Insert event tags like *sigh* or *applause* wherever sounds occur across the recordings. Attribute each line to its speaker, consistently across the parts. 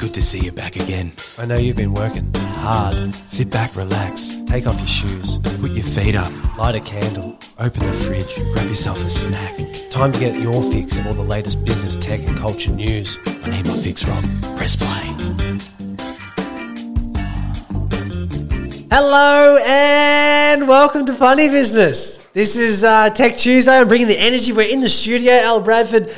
Speaker 1: Good to see you back again.
Speaker 2: I know you've been working hard.
Speaker 1: Sit back, relax,
Speaker 2: Take off your shoes,
Speaker 1: put your feet up,
Speaker 2: light a candle.
Speaker 1: open the fridge, grab yourself a snack.
Speaker 2: Time to get your fix of all the latest business, tech, and culture news.
Speaker 1: I need my fix, Rob. Press play.
Speaker 2: Hello and welcome to Funny Business. This is uh, Tech Tuesday. I'm bringing the energy. We're in the studio. Al Bradford,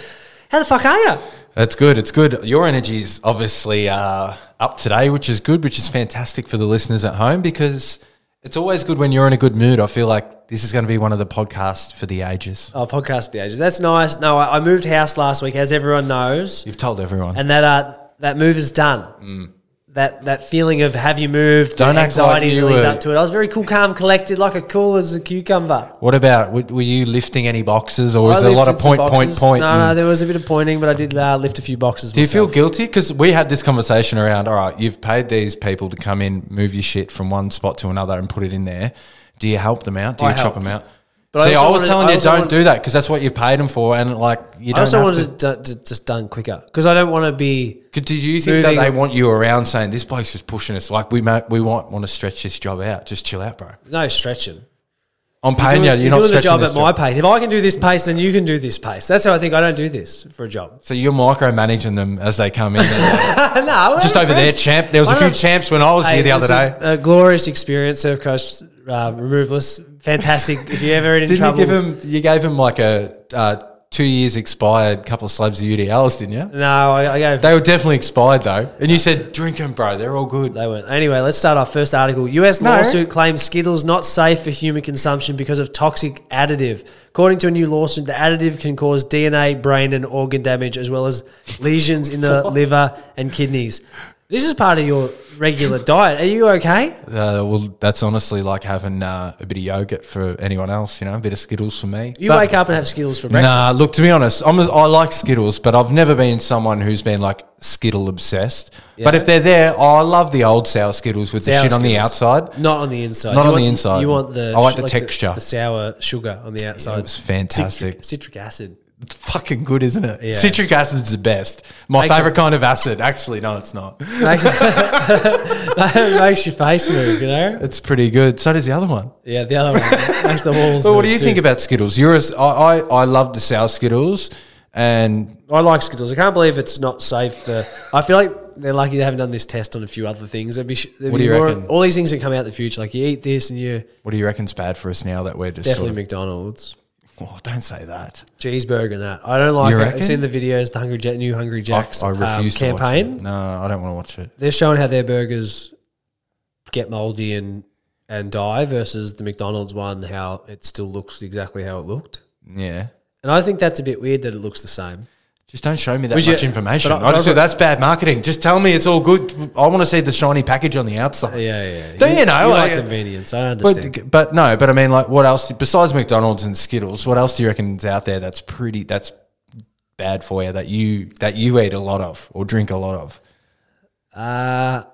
Speaker 2: how the fuck are you?
Speaker 3: That's good. It's good. Your energy's obviously uh, up today, which is good, which is fantastic for the listeners at home because it's always good when you're in a good mood. I feel like this is going to be one of the podcasts for the ages.
Speaker 2: Oh, podcast the ages. That's nice. No, I, I moved house last week, as everyone knows,
Speaker 3: You've told everyone.
Speaker 2: and that uh, that move is done. That that feeling of have you moved?
Speaker 3: Mm. Don't
Speaker 2: the
Speaker 3: act like
Speaker 2: anxiety
Speaker 3: you
Speaker 2: that leads
Speaker 3: were-
Speaker 2: up to it. I was very cool, calm, collected, like a cool as a cucumber.
Speaker 3: what about w- were you lifting any boxes, or was
Speaker 2: I
Speaker 3: there a lot of
Speaker 2: lifted some
Speaker 3: point, point,
Speaker 2: boxes.
Speaker 3: point?
Speaker 2: No,
Speaker 3: and-
Speaker 2: no, there was a bit of pointing, but I did uh, lift a few boxes.
Speaker 3: Do you feel guilty? Because we had this conversation around, all right, you've paid these people to come in, move your shit from one spot to another and put it in there. Do you help them out? Do
Speaker 2: I
Speaker 3: you chop
Speaker 2: helped.
Speaker 3: them out?
Speaker 2: But I
Speaker 3: See, I,
Speaker 2: also
Speaker 3: was
Speaker 2: wanted-
Speaker 3: telling
Speaker 2: I
Speaker 3: you
Speaker 2: also
Speaker 3: don't
Speaker 2: wanted-
Speaker 3: do that because that's what you've paid them for, and like you
Speaker 2: I
Speaker 3: don't.
Speaker 2: also
Speaker 3: have
Speaker 2: wanted
Speaker 3: to-
Speaker 2: it done- to, just done quicker because I don't want to be.
Speaker 3: Could- Did you think that
Speaker 2: Moving-
Speaker 3: they want you around saying this bloke's just pushing us? Like we ma- we want want to stretch this job out. Just chill out, bro.
Speaker 2: No stretching.
Speaker 3: I'm paying you. You're,
Speaker 2: doing,
Speaker 3: not
Speaker 2: doing the
Speaker 3: stretching
Speaker 2: job
Speaker 3: this
Speaker 2: at my pace. If I can do this pace, then you can do this pace. That's how I think. I don't do this for a job.
Speaker 3: So you're micromanaging them as they come in.
Speaker 2: *laughs* no,
Speaker 3: just over there, champ. There was a
Speaker 2: Why
Speaker 3: few
Speaker 2: not-
Speaker 3: champs when I was
Speaker 2: Hey,
Speaker 3: here the
Speaker 2: it
Speaker 3: other
Speaker 2: was
Speaker 3: day.
Speaker 2: a, a glorious experience. Surf Coast uh, removalist, fantastic. if you ever in
Speaker 3: Didn't
Speaker 2: trouble,
Speaker 3: you give him? You gave him like a uh, two years expired couple of slabs of UDLs, didn't you?
Speaker 2: no, I, I gave
Speaker 3: They were definitely expired though. And you said, drink 'em, bro. They're all good. Uh,
Speaker 2: They weren't. Anyway, let's start our first article. US
Speaker 3: No.
Speaker 2: lawsuit claims Skittles not safe for human consumption because of toxic additive. According to a new lawsuit, the additive can cause DNA, brain, and organ damage, as well as lesions in
Speaker 3: *laughs*
Speaker 2: the liver and kidneys. This is part of your regular diet. Are you okay?
Speaker 3: Uh, well, that's honestly like having uh, a bit of yogurt for anyone else. You know, a bit of Skittles for me.
Speaker 2: You
Speaker 3: But-
Speaker 2: wake up and have Skittles for breakfast.
Speaker 3: Nah, look, to be honest, I'm, a- I like Skittles, but I've never been someone who's been like Skittle obsessed. But if they're there, oh, I love the old sour Skittles with the
Speaker 2: Sour
Speaker 3: shit on the
Speaker 2: Skittles.
Speaker 3: outside.
Speaker 2: Not on the inside.
Speaker 3: Not on
Speaker 2: want-
Speaker 3: the inside.
Speaker 2: You want the
Speaker 3: I like the texture.
Speaker 2: the, sour sugar on the outside.
Speaker 3: It was fantastic.
Speaker 2: Citric, citric acid.
Speaker 3: It's fucking good, isn't it?
Speaker 2: Yeah.
Speaker 3: Citric acid's the best. My
Speaker 2: Makes
Speaker 3: favorite kind of acid. Actually, no, it's not.
Speaker 2: Makes, *laughs* makes your face move, you know?
Speaker 3: It's pretty good. So does the other one.
Speaker 2: Yeah, the other one makes the walls.
Speaker 3: So, what do
Speaker 2: move
Speaker 3: you
Speaker 2: too.
Speaker 3: think about Skittles? You're a s I I I love the sour Skittles, and
Speaker 2: I like Skittles. I can't believe it's not safe for. I feel like they're lucky they haven't done this test on a few other things. There'd be, sh- there'd
Speaker 3: What
Speaker 2: be
Speaker 3: do you
Speaker 2: more-
Speaker 3: reckon?
Speaker 2: All these things that come out in the future, like you eat this and you
Speaker 3: what do you reckon's bad for us now that we're just
Speaker 2: definitely
Speaker 3: sort of,
Speaker 2: McDonald's
Speaker 3: oh, don't say that.
Speaker 2: cheeseburger and that. I don't like
Speaker 3: You
Speaker 2: it. I've
Speaker 3: reckon?
Speaker 2: seen the videos, the Hungry Jet, new Hungry
Speaker 3: I,
Speaker 2: Jacks
Speaker 3: I
Speaker 2: um,
Speaker 3: refuse to
Speaker 2: campaign.
Speaker 3: watch it. No, I don't want to watch it.
Speaker 2: They're showing how their burgers get moldy and and die versus the McDonald's one, how it still looks exactly how it looked.
Speaker 3: Yeah.
Speaker 2: And I think that's a bit weird that it looks the same.
Speaker 3: Just don't show me that
Speaker 2: Would you-
Speaker 3: much information.
Speaker 2: but I-
Speaker 3: I, just
Speaker 2: but I-
Speaker 3: feel that's bad marketing. Just tell me it's all good. I want to see the shiny package on the outside.
Speaker 2: Yeah, yeah.
Speaker 3: Don't you know,
Speaker 2: You like,
Speaker 3: like-
Speaker 2: convenience. I understand.
Speaker 3: But but no, but I mean like what else besides McDonald's and Skittles, what else do you reckon is out there that's pretty that's bad for you that you that you eat a lot of or drink a lot of?
Speaker 2: Uh,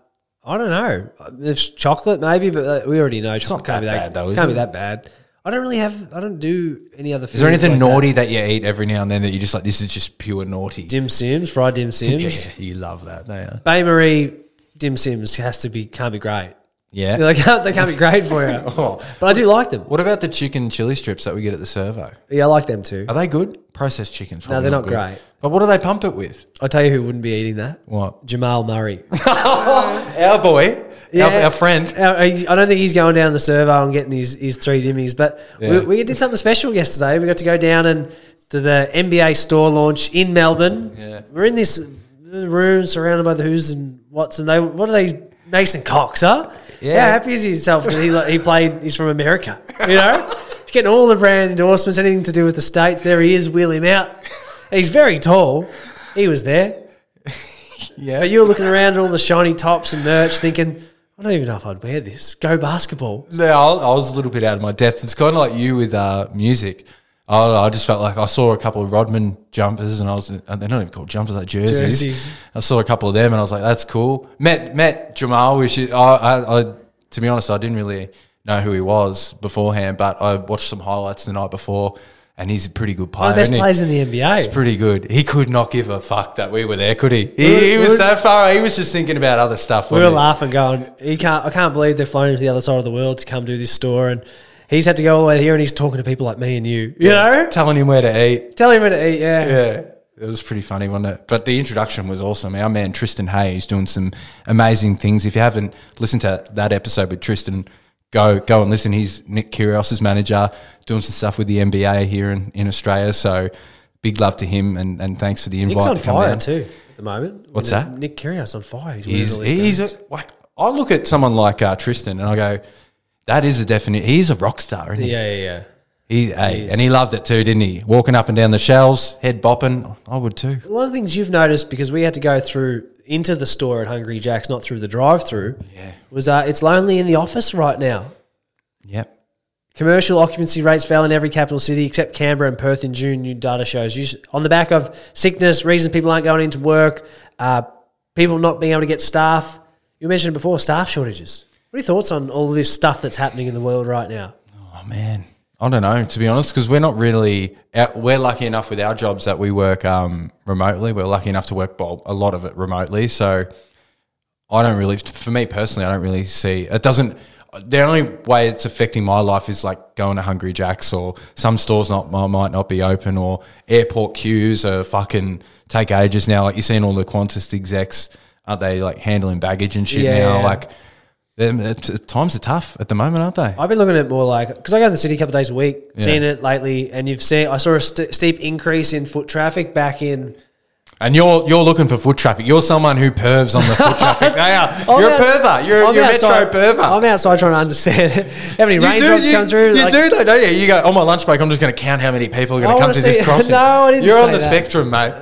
Speaker 2: I don't know. It's chocolate, maybe, but uh, we already know chocolate
Speaker 3: not
Speaker 2: can't be
Speaker 3: that
Speaker 2: that
Speaker 3: bad though, is
Speaker 2: Can't be
Speaker 3: it?
Speaker 2: that bad. I don't really have. I don't do any other.
Speaker 3: Is there anything
Speaker 2: uh,
Speaker 3: naughty that. you eat every now and then that you just like this is just pure naughty?
Speaker 2: Dim Sims, fried Dim
Speaker 3: *laughs* yeah,
Speaker 2: Sims,
Speaker 3: you love that, don't you?
Speaker 2: Bay Marie Dim Sims has to be can't be great. *laughs*
Speaker 3: Yeah.
Speaker 2: They can't, they can't be great for you.
Speaker 3: *laughs* Oh.
Speaker 2: But I do like them.
Speaker 3: What about the chicken chili strips that we get at the servo?
Speaker 2: Yeah, I like them too.
Speaker 3: Are they good? Processed chickens.
Speaker 2: No, they're
Speaker 3: probably
Speaker 2: not
Speaker 3: good.
Speaker 2: great.
Speaker 3: But what do they pump it with?
Speaker 2: I'll tell you who wouldn't be eating that.
Speaker 3: What?
Speaker 2: Jamal Murray. Oh.
Speaker 3: Our boy, our, our friend.
Speaker 2: Uh, I I don't think he's going down the servo and getting his, his three dimmies, but
Speaker 3: Yeah.
Speaker 2: we, we did something special yesterday. We got to go down and to the NBA store launch in Melbourne.
Speaker 3: Yeah.
Speaker 2: We're in this room surrounded by the who's and what's and they what are they Mason Cox, huh?
Speaker 3: Yeah.
Speaker 2: How happy is he himself that he, like, he played he's from America. You know? he's getting all the brand endorsements, anything to do with the States. There he is, wheel him out. He's very tall. He was there.
Speaker 3: Yeah.
Speaker 2: But you were looking around at all the shiny tops and merch, thinking, I don't even know if I'd wear this. Go basketball.
Speaker 3: No, I I was a little bit out of my depth. It's kind of like you with uh, music. I, I just felt like I saw a couple of Rodman jumpers, and I was and they're not even called jumpers, like jerseys.
Speaker 2: Jerseys.
Speaker 3: I saw a couple of them, and I was like, "That's cool." Met met Jamal, which is, I, I, I to be honest, I didn't really know who he was beforehand, but I watched some highlights the night before, and he's a pretty good player.
Speaker 2: One of the best
Speaker 3: isn't he?
Speaker 2: players in the NBA.
Speaker 3: It's pretty good. He could not give a fuck that we were there, could he?
Speaker 2: We were-
Speaker 3: He, he
Speaker 2: we
Speaker 3: was
Speaker 2: were-
Speaker 3: so far. He was just thinking about other stuff.
Speaker 2: we were
Speaker 3: wasn't he?
Speaker 2: laughing, going, "He can't! I can't believe they're flying him to the other side of the world to come do this store." And he's had to go all the way here, and he's talking to people like me and you. You know,
Speaker 3: telling him where to eat.
Speaker 2: tell him to eat. Yeah,
Speaker 3: Yeah, it was pretty funny, wasn't it? But the introduction was awesome. Our man Tristan Hay is doing some amazing things. If you haven't listened to that episode with Tristan, go go and listen. He's Nick Kyrgios's manager, doing some stuff with the NBA here in, in Australia. So big love to him, and, and thanks for the invite.
Speaker 2: Nick's on
Speaker 3: to come
Speaker 2: fire
Speaker 3: down.
Speaker 2: too at the moment.
Speaker 3: What's
Speaker 2: I mean,
Speaker 3: that?
Speaker 2: Nick Kyrgios on fire. He's, winning
Speaker 3: He's
Speaker 2: all these
Speaker 3: he's
Speaker 2: games.
Speaker 3: a, like I look at someone like uh, Tristan and I go, that is a definite. He's a rock star, isn't he?
Speaker 2: yeah, yeah, yeah.
Speaker 3: He, hey,
Speaker 2: is.
Speaker 3: and he loved it too, didn't he? Walking up and down the shelves, head bopping. I would too.
Speaker 2: One of the things you've noticed because we had to go through into the store at Hungry Jack's, not through the drive-through.
Speaker 3: Yeah.
Speaker 2: was uh, it's lonely in the office right now.
Speaker 3: Yep.
Speaker 2: Commercial occupancy rates fell in every capital city except Canberra and Perth in June, new data shows. You, on the back of sickness, reasons people aren't going into work, uh, people not being able to get staff. You mentioned before staff shortages. What are your thoughts on all this stuff that's happening in the world right now?
Speaker 3: Oh man, I don't know to be honest because we're not really out- we're lucky enough with our jobs that we work um, remotely. We're lucky enough to work well, a lot of it remotely. So I don't really, for me personally, I don't really see it. Doesn't the only way it's affecting my life is like going to Hungry Jack's or some stores not might not be open or airport queues are fucking take ages now. Like you're seeing all the Qantas execs, aren't they like handling baggage and shit
Speaker 2: Yeah.
Speaker 3: now? Like. them- it's- Times are tough at the moment, aren't they?
Speaker 2: I've been looking at more like because I go to the city a couple of days a week, seeing it lately, and you've seen I saw a st- steep increase in foot traffic back in.
Speaker 3: And you're you're looking for foot traffic. You're someone who pervs on the
Speaker 2: *laughs*
Speaker 3: foot traffic. They are.
Speaker 2: I'm
Speaker 3: you're a
Speaker 2: out-
Speaker 3: perver. You're,
Speaker 2: I'm
Speaker 3: you're a
Speaker 2: outside-
Speaker 3: metro perver.
Speaker 2: I'm outside trying to understand *laughs* how many
Speaker 3: you do,
Speaker 2: Oh, raindrops
Speaker 3: you,
Speaker 2: come through.
Speaker 3: you
Speaker 2: like- Oh,
Speaker 3: do though, don't you? You go on my lunch break. I'm just going to count how many people are going
Speaker 2: I
Speaker 3: to come
Speaker 2: wanna
Speaker 3: to
Speaker 2: see- *laughs*
Speaker 3: this crossing.
Speaker 2: No, I didn't
Speaker 3: You're on
Speaker 2: say
Speaker 3: the
Speaker 2: that.
Speaker 3: spectrum, mate.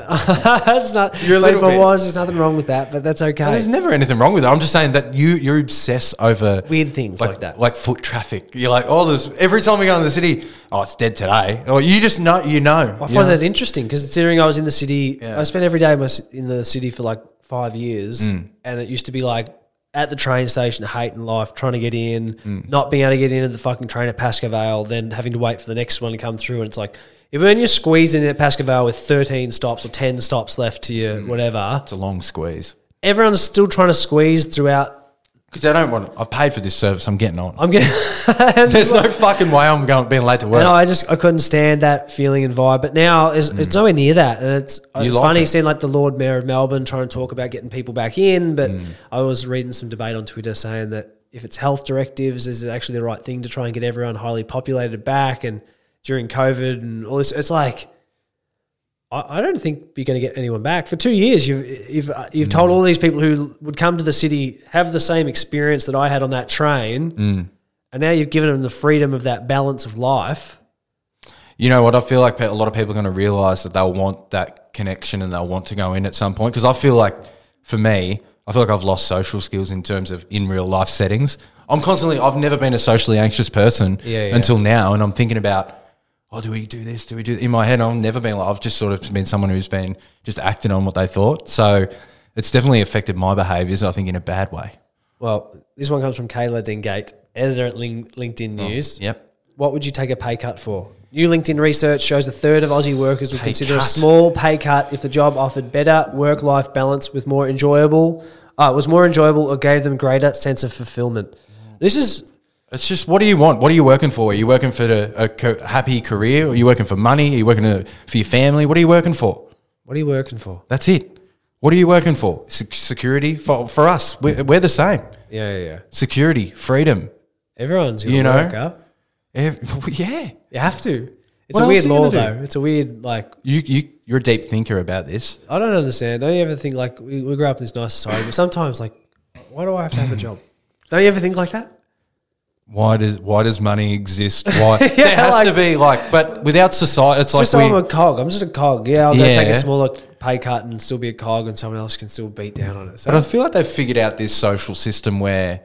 Speaker 2: *laughs* that's not.
Speaker 3: You're a
Speaker 2: but if
Speaker 3: little
Speaker 2: I
Speaker 3: bit-
Speaker 2: was, there's nothing wrong with that. But that's okay.
Speaker 3: There's never anything wrong with it. I'm just saying that you you're obsessed over
Speaker 2: Weird things like that.
Speaker 3: like foot traffic. You're like, oh, there's every time we go into the city, oh, it's dead today. Or you just know, you know.
Speaker 2: I
Speaker 3: you
Speaker 2: find
Speaker 3: know.
Speaker 2: that interesting because considering I was in the city,
Speaker 3: Yeah.
Speaker 2: I spent every day in my ci- in the city for like five years,
Speaker 3: Mm.
Speaker 2: and it used to be like at the train station, hating life, trying to get in,
Speaker 3: Mm.
Speaker 2: not being able to get in at the fucking train at Pasco Vale, then having to wait for the next one to come through, and it's like. If when you're squeezing in at Pasco Vale with 13 stops or 10 stops left to you,
Speaker 3: Mm.
Speaker 2: whatever,
Speaker 3: it's a long squeeze
Speaker 2: everyone's still trying to squeeze throughout.
Speaker 3: because I don't want. I've paid for this service. I'm getting on.
Speaker 2: I'm getting. *laughs*
Speaker 3: there's no fucking way I'm going being late to work.
Speaker 2: And I just I couldn't stand that feeling and vibe. But now it's, it's nowhere near that, and it's it's
Speaker 3: like
Speaker 2: funny
Speaker 3: it.
Speaker 2: seeing like the Lord Mayor of Melbourne trying to talk about getting people back in. But
Speaker 3: Mm.
Speaker 2: I was reading some debate on Twitter saying that if it's health directives, is it actually the right thing to try and get everyone highly populated back? And during COVID and all this, it's like. I I don't think you're going to get anyone back for two years. You've you've uh, you've
Speaker 3: Mm.
Speaker 2: told all these people who would come to the city have the same experience that I had on that train,
Speaker 3: Mm.
Speaker 2: and now you've given them the freedom of that balance of life.
Speaker 3: you know what? I feel like pe- a lot of people are going to realize that they'll want that connection and they'll want to go in at some point. Because I feel like, for me, I feel like I've lost social skills in terms of in real life settings. I'm constantly, I've never been a socially anxious person
Speaker 2: Yeah, yeah.
Speaker 3: until now. And I'm thinking about, oh, do we do this? Do we do In my head, I've never been like, I've just sort of been someone who's been just acting on what they thought. So it's definitely affected my behaviors, I think, in a bad way.
Speaker 2: Well, this one comes from Kayla Dingate, editor at Lin- LinkedIn
Speaker 3: Oh,
Speaker 2: News.
Speaker 3: Yep.
Speaker 2: What would you take a pay cut for? New LinkedIn research shows a third of Aussie workers would
Speaker 3: Pay
Speaker 2: consider a
Speaker 3: cut.
Speaker 2: small pay cut if the job offered better work-life balance with more enjoyable, uh, was more enjoyable or gave them greater sense of fulfillment. This is
Speaker 3: It's just what do you want? What are you working for? Are you working for a, a co- happy career? Are you working for money? Are you working uh for your family? What are you working for?
Speaker 2: what are you working for?
Speaker 3: That's it. What are you working for? Se- security for, for us. We're, we're the same.
Speaker 2: Yeah, yeah, yeah.
Speaker 3: Security, freedom.
Speaker 2: Everyone's gonna
Speaker 3: You know?
Speaker 2: work up.
Speaker 3: Ev- *laughs* Yeah,
Speaker 2: You have to. It's a
Speaker 3: What else
Speaker 2: weird
Speaker 3: are you
Speaker 2: law
Speaker 3: gonna do?
Speaker 2: though. It's a weird like
Speaker 3: you you you're a deep thinker about this.
Speaker 2: I don't understand. Don't you ever think like we, we grew up in this nice society, but sometimes like why do I have to have a job? Don't you ever think like that?
Speaker 3: Why does why does money exist? *laughs* Why there has
Speaker 2: like-
Speaker 3: to be like, but without society, it's like
Speaker 2: just
Speaker 3: we,
Speaker 2: I'm a cog. I'm just a cog. Yeah, I'll go take
Speaker 3: Yeah.
Speaker 2: a smaller pay cut and still be a cog, and someone else can still beat down on it. So
Speaker 3: But I feel like they've figured out this social system where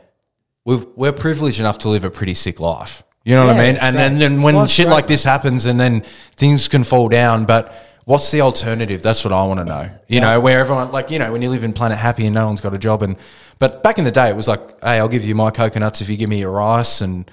Speaker 3: we've, we're privileged enough to live a pretty sick life. You know what
Speaker 2: Yeah,
Speaker 3: I mean?
Speaker 2: it's
Speaker 3: And
Speaker 2: great.
Speaker 3: then, then when
Speaker 2: Life's
Speaker 3: shit
Speaker 2: great.
Speaker 3: like this happens and then things can fall down, but what's the alternative? That's what I want to know. You know, where everyone, like, you know, when you live in Planet Happy and no one's got a job. and But back in the day, it was like, hey, I'll give you my coconuts if you give me your rice and,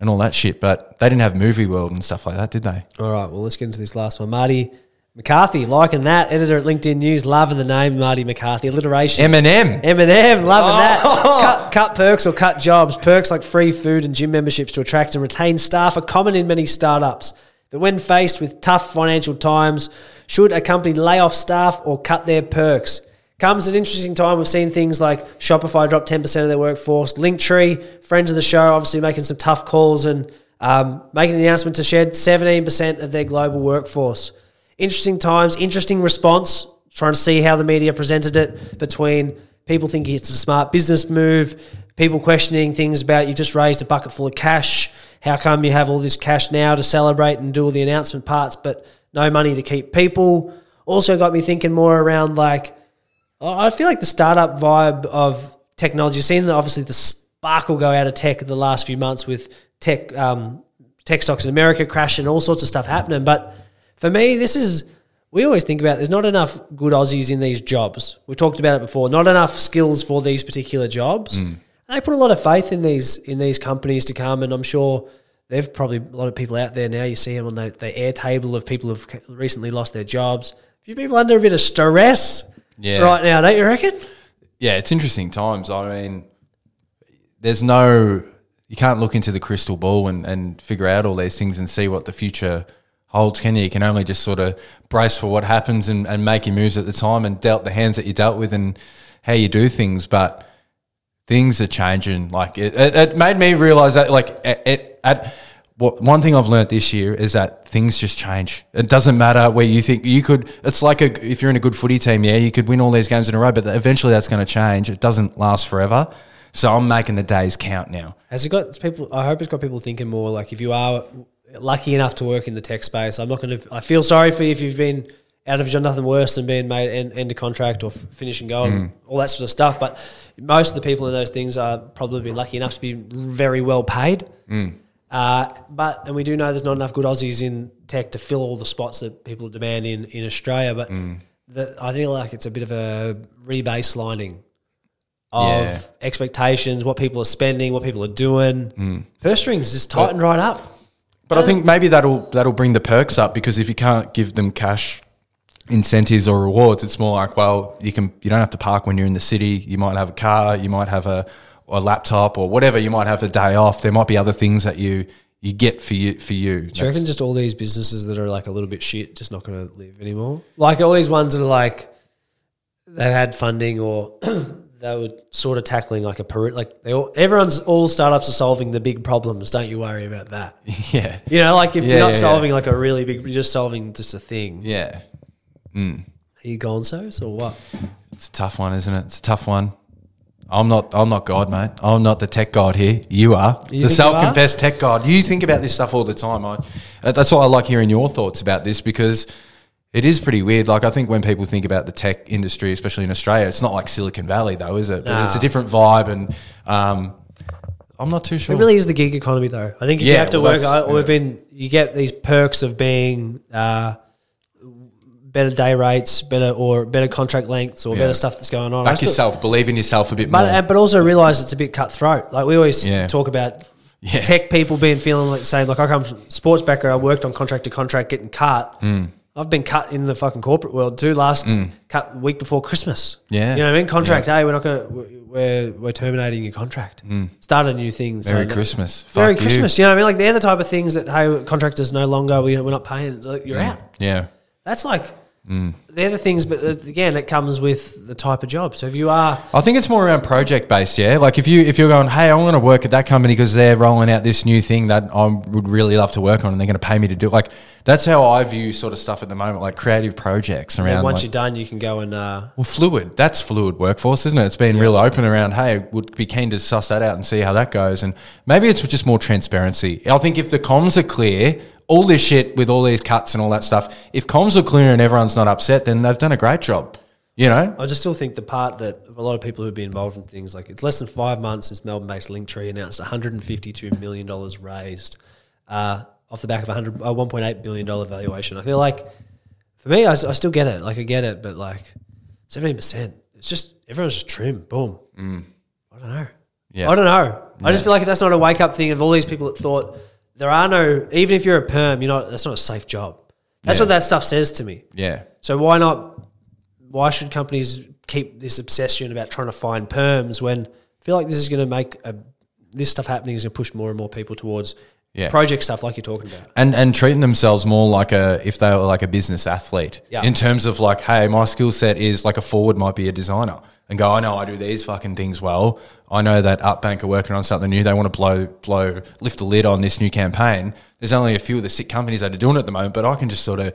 Speaker 3: and all that shit. But they didn't have Movie World and stuff like that, did they?
Speaker 2: All right, well, let's get into this last one. Marty McCarthy, liking that. Editor at LinkedIn News, loving the name Marty McCarthy. Alliteration.
Speaker 3: Eminem.
Speaker 2: Eminem, loving that. Cut, cut perks or cut jobs. Perks like free food and gym memberships to attract and retain staff are common in many startups. But when faced with tough financial times, should a company lay off staff or cut their perks? Comes an interesting time. We've seen things like Shopify drop 10% of their workforce, Linktree, friends of the show, obviously making some tough calls and um, making the announcement to shed 17% of their global workforce interesting times, interesting response. Trying to see how the media presented it between people thinking it's a smart business move, people questioning things about you just raised a bucket full of cash. How come you have all this cash now to celebrate and do all the announcement parts, but no money to keep people? Also got me thinking more around like I I feel like the startup vibe of technology. You've seen the, obviously the sparkle go out of tech in the last few months with tech um, tech stocks in America crashing, all sorts of stuff happening. But for me, this is we always think about. There's not enough good Aussies in these jobs. We talked about it before. Not enough skills for these particular jobs. They put a lot of faith in these in these companies to come, and I'm sure. They've probably a lot of people out there now. You see them on the, the air table of people who've recently lost their jobs. A few people under a bit of stress,
Speaker 3: Yeah.
Speaker 2: right now, don't you reckon?
Speaker 3: Yeah, it's interesting times. I mean, there's no, you can't look into the crystal ball and, and figure out all these things and see what the future holds, can you? You can only just sort of brace for what happens and, and make your moves at the time and dealt the hands that you dealt with and how you do things. But things are changing. Like it, it, it made me realize that, like, it, it at, what, one thing I've learned this year is that things just change. It doesn't matter where you think you could. It's like a, if you're in a good footy team, yeah, you could win all these games in a row, but eventually that's going to change. It doesn't last forever. So I'm making the days count now.
Speaker 2: Has it got people? I hope it's got people thinking more. Like, if you are lucky enough to work in the tech space, I'm not going to. I feel sorry for you if you've been out of done nothing worse than being made end, end of contract or f- finish and go and all that sort of stuff. But most of the people in those things are probably been lucky enough to be very well paid. Uh, but and we do know there's not enough good Aussies in tech to fill all the spots that people demand in in Australia. But the, I feel like it's a bit of a rebaselining of
Speaker 3: Yeah.
Speaker 2: expectations, what people are spending, what people are doing.
Speaker 3: Mm.
Speaker 2: Purse strings just tighten right up.
Speaker 3: But
Speaker 2: Um,
Speaker 3: I think maybe that'll that'll bring the perks up because if you can't give them cash incentives or rewards, it's more like well you can you don't have to park when you're in the city. You might have a car, you might have a, a laptop or whatever. You might have a day off. There might be other things that you you get for you for you.
Speaker 2: Do you reckon just all these businesses that are like a little bit shit just not going to live anymore? Like all these ones that are like they've had funding or *clears throat* they were sort of tackling like a per like they all everyone's all startups are solving the big problems. Don't you worry about
Speaker 3: *laughs*
Speaker 2: that.
Speaker 3: *laughs* yeah,
Speaker 2: You know, like if
Speaker 3: Yeah,
Speaker 2: you're not
Speaker 3: yeah, yeah.
Speaker 2: solving like a really big, you're just solving just a thing.
Speaker 3: yeah.
Speaker 2: Are you gonzos or what?
Speaker 3: It's a tough one, isn't it? It's a tough one. I'm not. I'm not God, mate. I'm not the tech god here. You
Speaker 2: You
Speaker 3: are the
Speaker 2: think you are?
Speaker 3: self-confessed tech god. You think about this stuff all the time. I, uh, that's why I like hearing your thoughts about this because it is pretty weird. Like I think when people think about the tech industry, especially in Australia, it's not like Silicon Valley though, is it? But it's a
Speaker 2: Nah.
Speaker 3: different vibe, and um, I'm not too sure.
Speaker 2: It really is the gig economy, though. I think if you
Speaker 3: Yeah,
Speaker 2: have to
Speaker 3: well,
Speaker 2: work,
Speaker 3: that's-
Speaker 2: I, we've been you get these perks of being uh, better day rates, better or better contract lengths, or
Speaker 3: Yeah.
Speaker 2: better stuff that's going on. I
Speaker 3: back
Speaker 2: still-
Speaker 3: yourself, believe in yourself a bit
Speaker 2: but um,
Speaker 3: more.
Speaker 2: and- but also realize it's a bit cutthroat. Like we always
Speaker 3: Yeah.
Speaker 2: talk about
Speaker 3: *laughs* Yeah.
Speaker 2: tech people being feeling like the same. Like I come from sports background, I worked on contract to contract, getting cut.
Speaker 3: Mm.
Speaker 2: I've been cut in the fucking corporate world too. Last cut week before Christmas.
Speaker 3: Yeah.
Speaker 2: you
Speaker 3: Mm.
Speaker 2: know what I mean. Contract, hey, we're not gonna we're we're terminating your contract. Start a new thing. so
Speaker 3: Merry
Speaker 2: no-
Speaker 3: Christmas.
Speaker 2: Merry
Speaker 3: Fuck you.
Speaker 2: Christmas. You. know what I mean? Like they're the type of things that hey, contractors no longer we, we're not paying. Like, you're
Speaker 3: Mm.
Speaker 2: out.
Speaker 3: Yeah.
Speaker 2: That's like
Speaker 3: Mm.
Speaker 2: they're the things, but uh, again, it comes with the type of job. So if you are
Speaker 3: I think it's more around project based, yeah. Like if you if you're going, hey, I want to work at that company because they're rolling out this new thing that I would really love to work on, and they're going to pay me to do. it. Like that's how I view sort of stuff at the moment, like creative projects around.
Speaker 2: then once
Speaker 3: like-
Speaker 2: you're done, you can go and uh,
Speaker 3: well, fluid. That's fluid workforce, isn't it? It's been real open around. Hey, would be keen to suss that out and see how that goes. And maybe it's just more transparency. I think if the comms are clear, all this shit with all these cuts and all that stuff. If comms are clear and everyone's not upset, then they've done a great job. You know,
Speaker 2: I just still think the part that a lot of people who've been involved in things like it's less than five months since Melbourne-based Linktree announced 152 million dollars raised uh, off the back of a 100 uh, 1.8 billion dollar valuation. I feel like for me, I, s- I still get it. Like I get it, but like 17 percent, it's just everyone's just trim. Boom. I don't know.
Speaker 3: Mm. Yeah.
Speaker 2: I don't know. I
Speaker 3: Yeah.
Speaker 2: just feel like that's not a wake up thing of all these people that thought there are no. Even if you're a perm, you're not. That's not a safe job. That's
Speaker 3: Yeah.
Speaker 2: what that stuff says to me.
Speaker 3: Yeah.
Speaker 2: So why not? Why should companies keep this obsession about trying to find perms when I feel like this is going to make a, this stuff happening is going to push more and more people towards
Speaker 3: Yeah.
Speaker 2: project stuff like you're talking about.
Speaker 3: and and treating themselves more like a if they were like a business athlete
Speaker 2: Yeah.
Speaker 3: in terms of like hey my skill set is like a forward might be a designer and go i know i do these fucking things well i know that up bank are working on something new they want to blow blow lift the lid on this new campaign there's only a few of the sick companies that are doing it at the moment but i can just sort of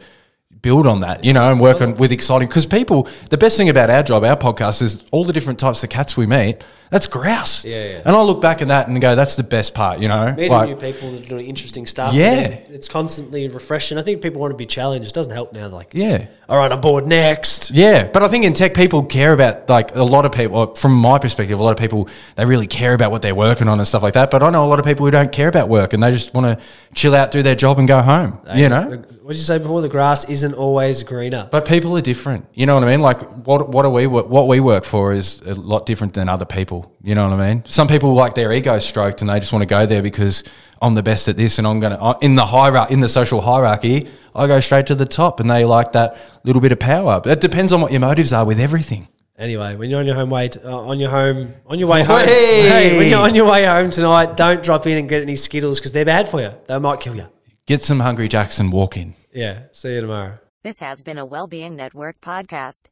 Speaker 3: build on that you know and work on with exciting because people the best thing about our job our podcast is all the different types of cats we meet that's grouse
Speaker 2: Yeah, yeah.
Speaker 3: and i look back at that and go that's the best part you know
Speaker 2: Meeting
Speaker 3: Like-
Speaker 2: new people that are doing interesting stuff.
Speaker 3: Yeah.
Speaker 2: and it's constantly refreshing. I think people want to be challenged. It doesn't help now. Like,
Speaker 3: yeah
Speaker 2: all right, I'm bored. Next,
Speaker 3: Yeah, but I think in tech, people care about like a lot of people. From my perspective, a lot of people they really care about what they're working on and stuff like that. But I know a lot of people who don't care about work and they just want to chill out, do their job, and go home. you know.
Speaker 2: what did you say before? The grass isn't always greener.
Speaker 3: But people are different. You know what I mean? Like what what are we what, what we work for is a lot different than other people. You know what I mean? Some people like their ego stroked and they just want to go there because I'm the best at this and I'm going to in the hierarchy in the social hierarchy, I go straight to the top and they like that little bit of power. But it depends on what your motives are with everything.
Speaker 2: Anyway, when you're on your home way t- uh, on your home on your way home,
Speaker 3: Hey!
Speaker 2: hey! when you're on your way home tonight, don't drop in and get any Skittles because they're bad for you. They might kill you.
Speaker 3: Get some Hungry Jacks and walk in.
Speaker 2: Yeah. See you tomorrow.
Speaker 4: This has been a Wellbeing Network podcast.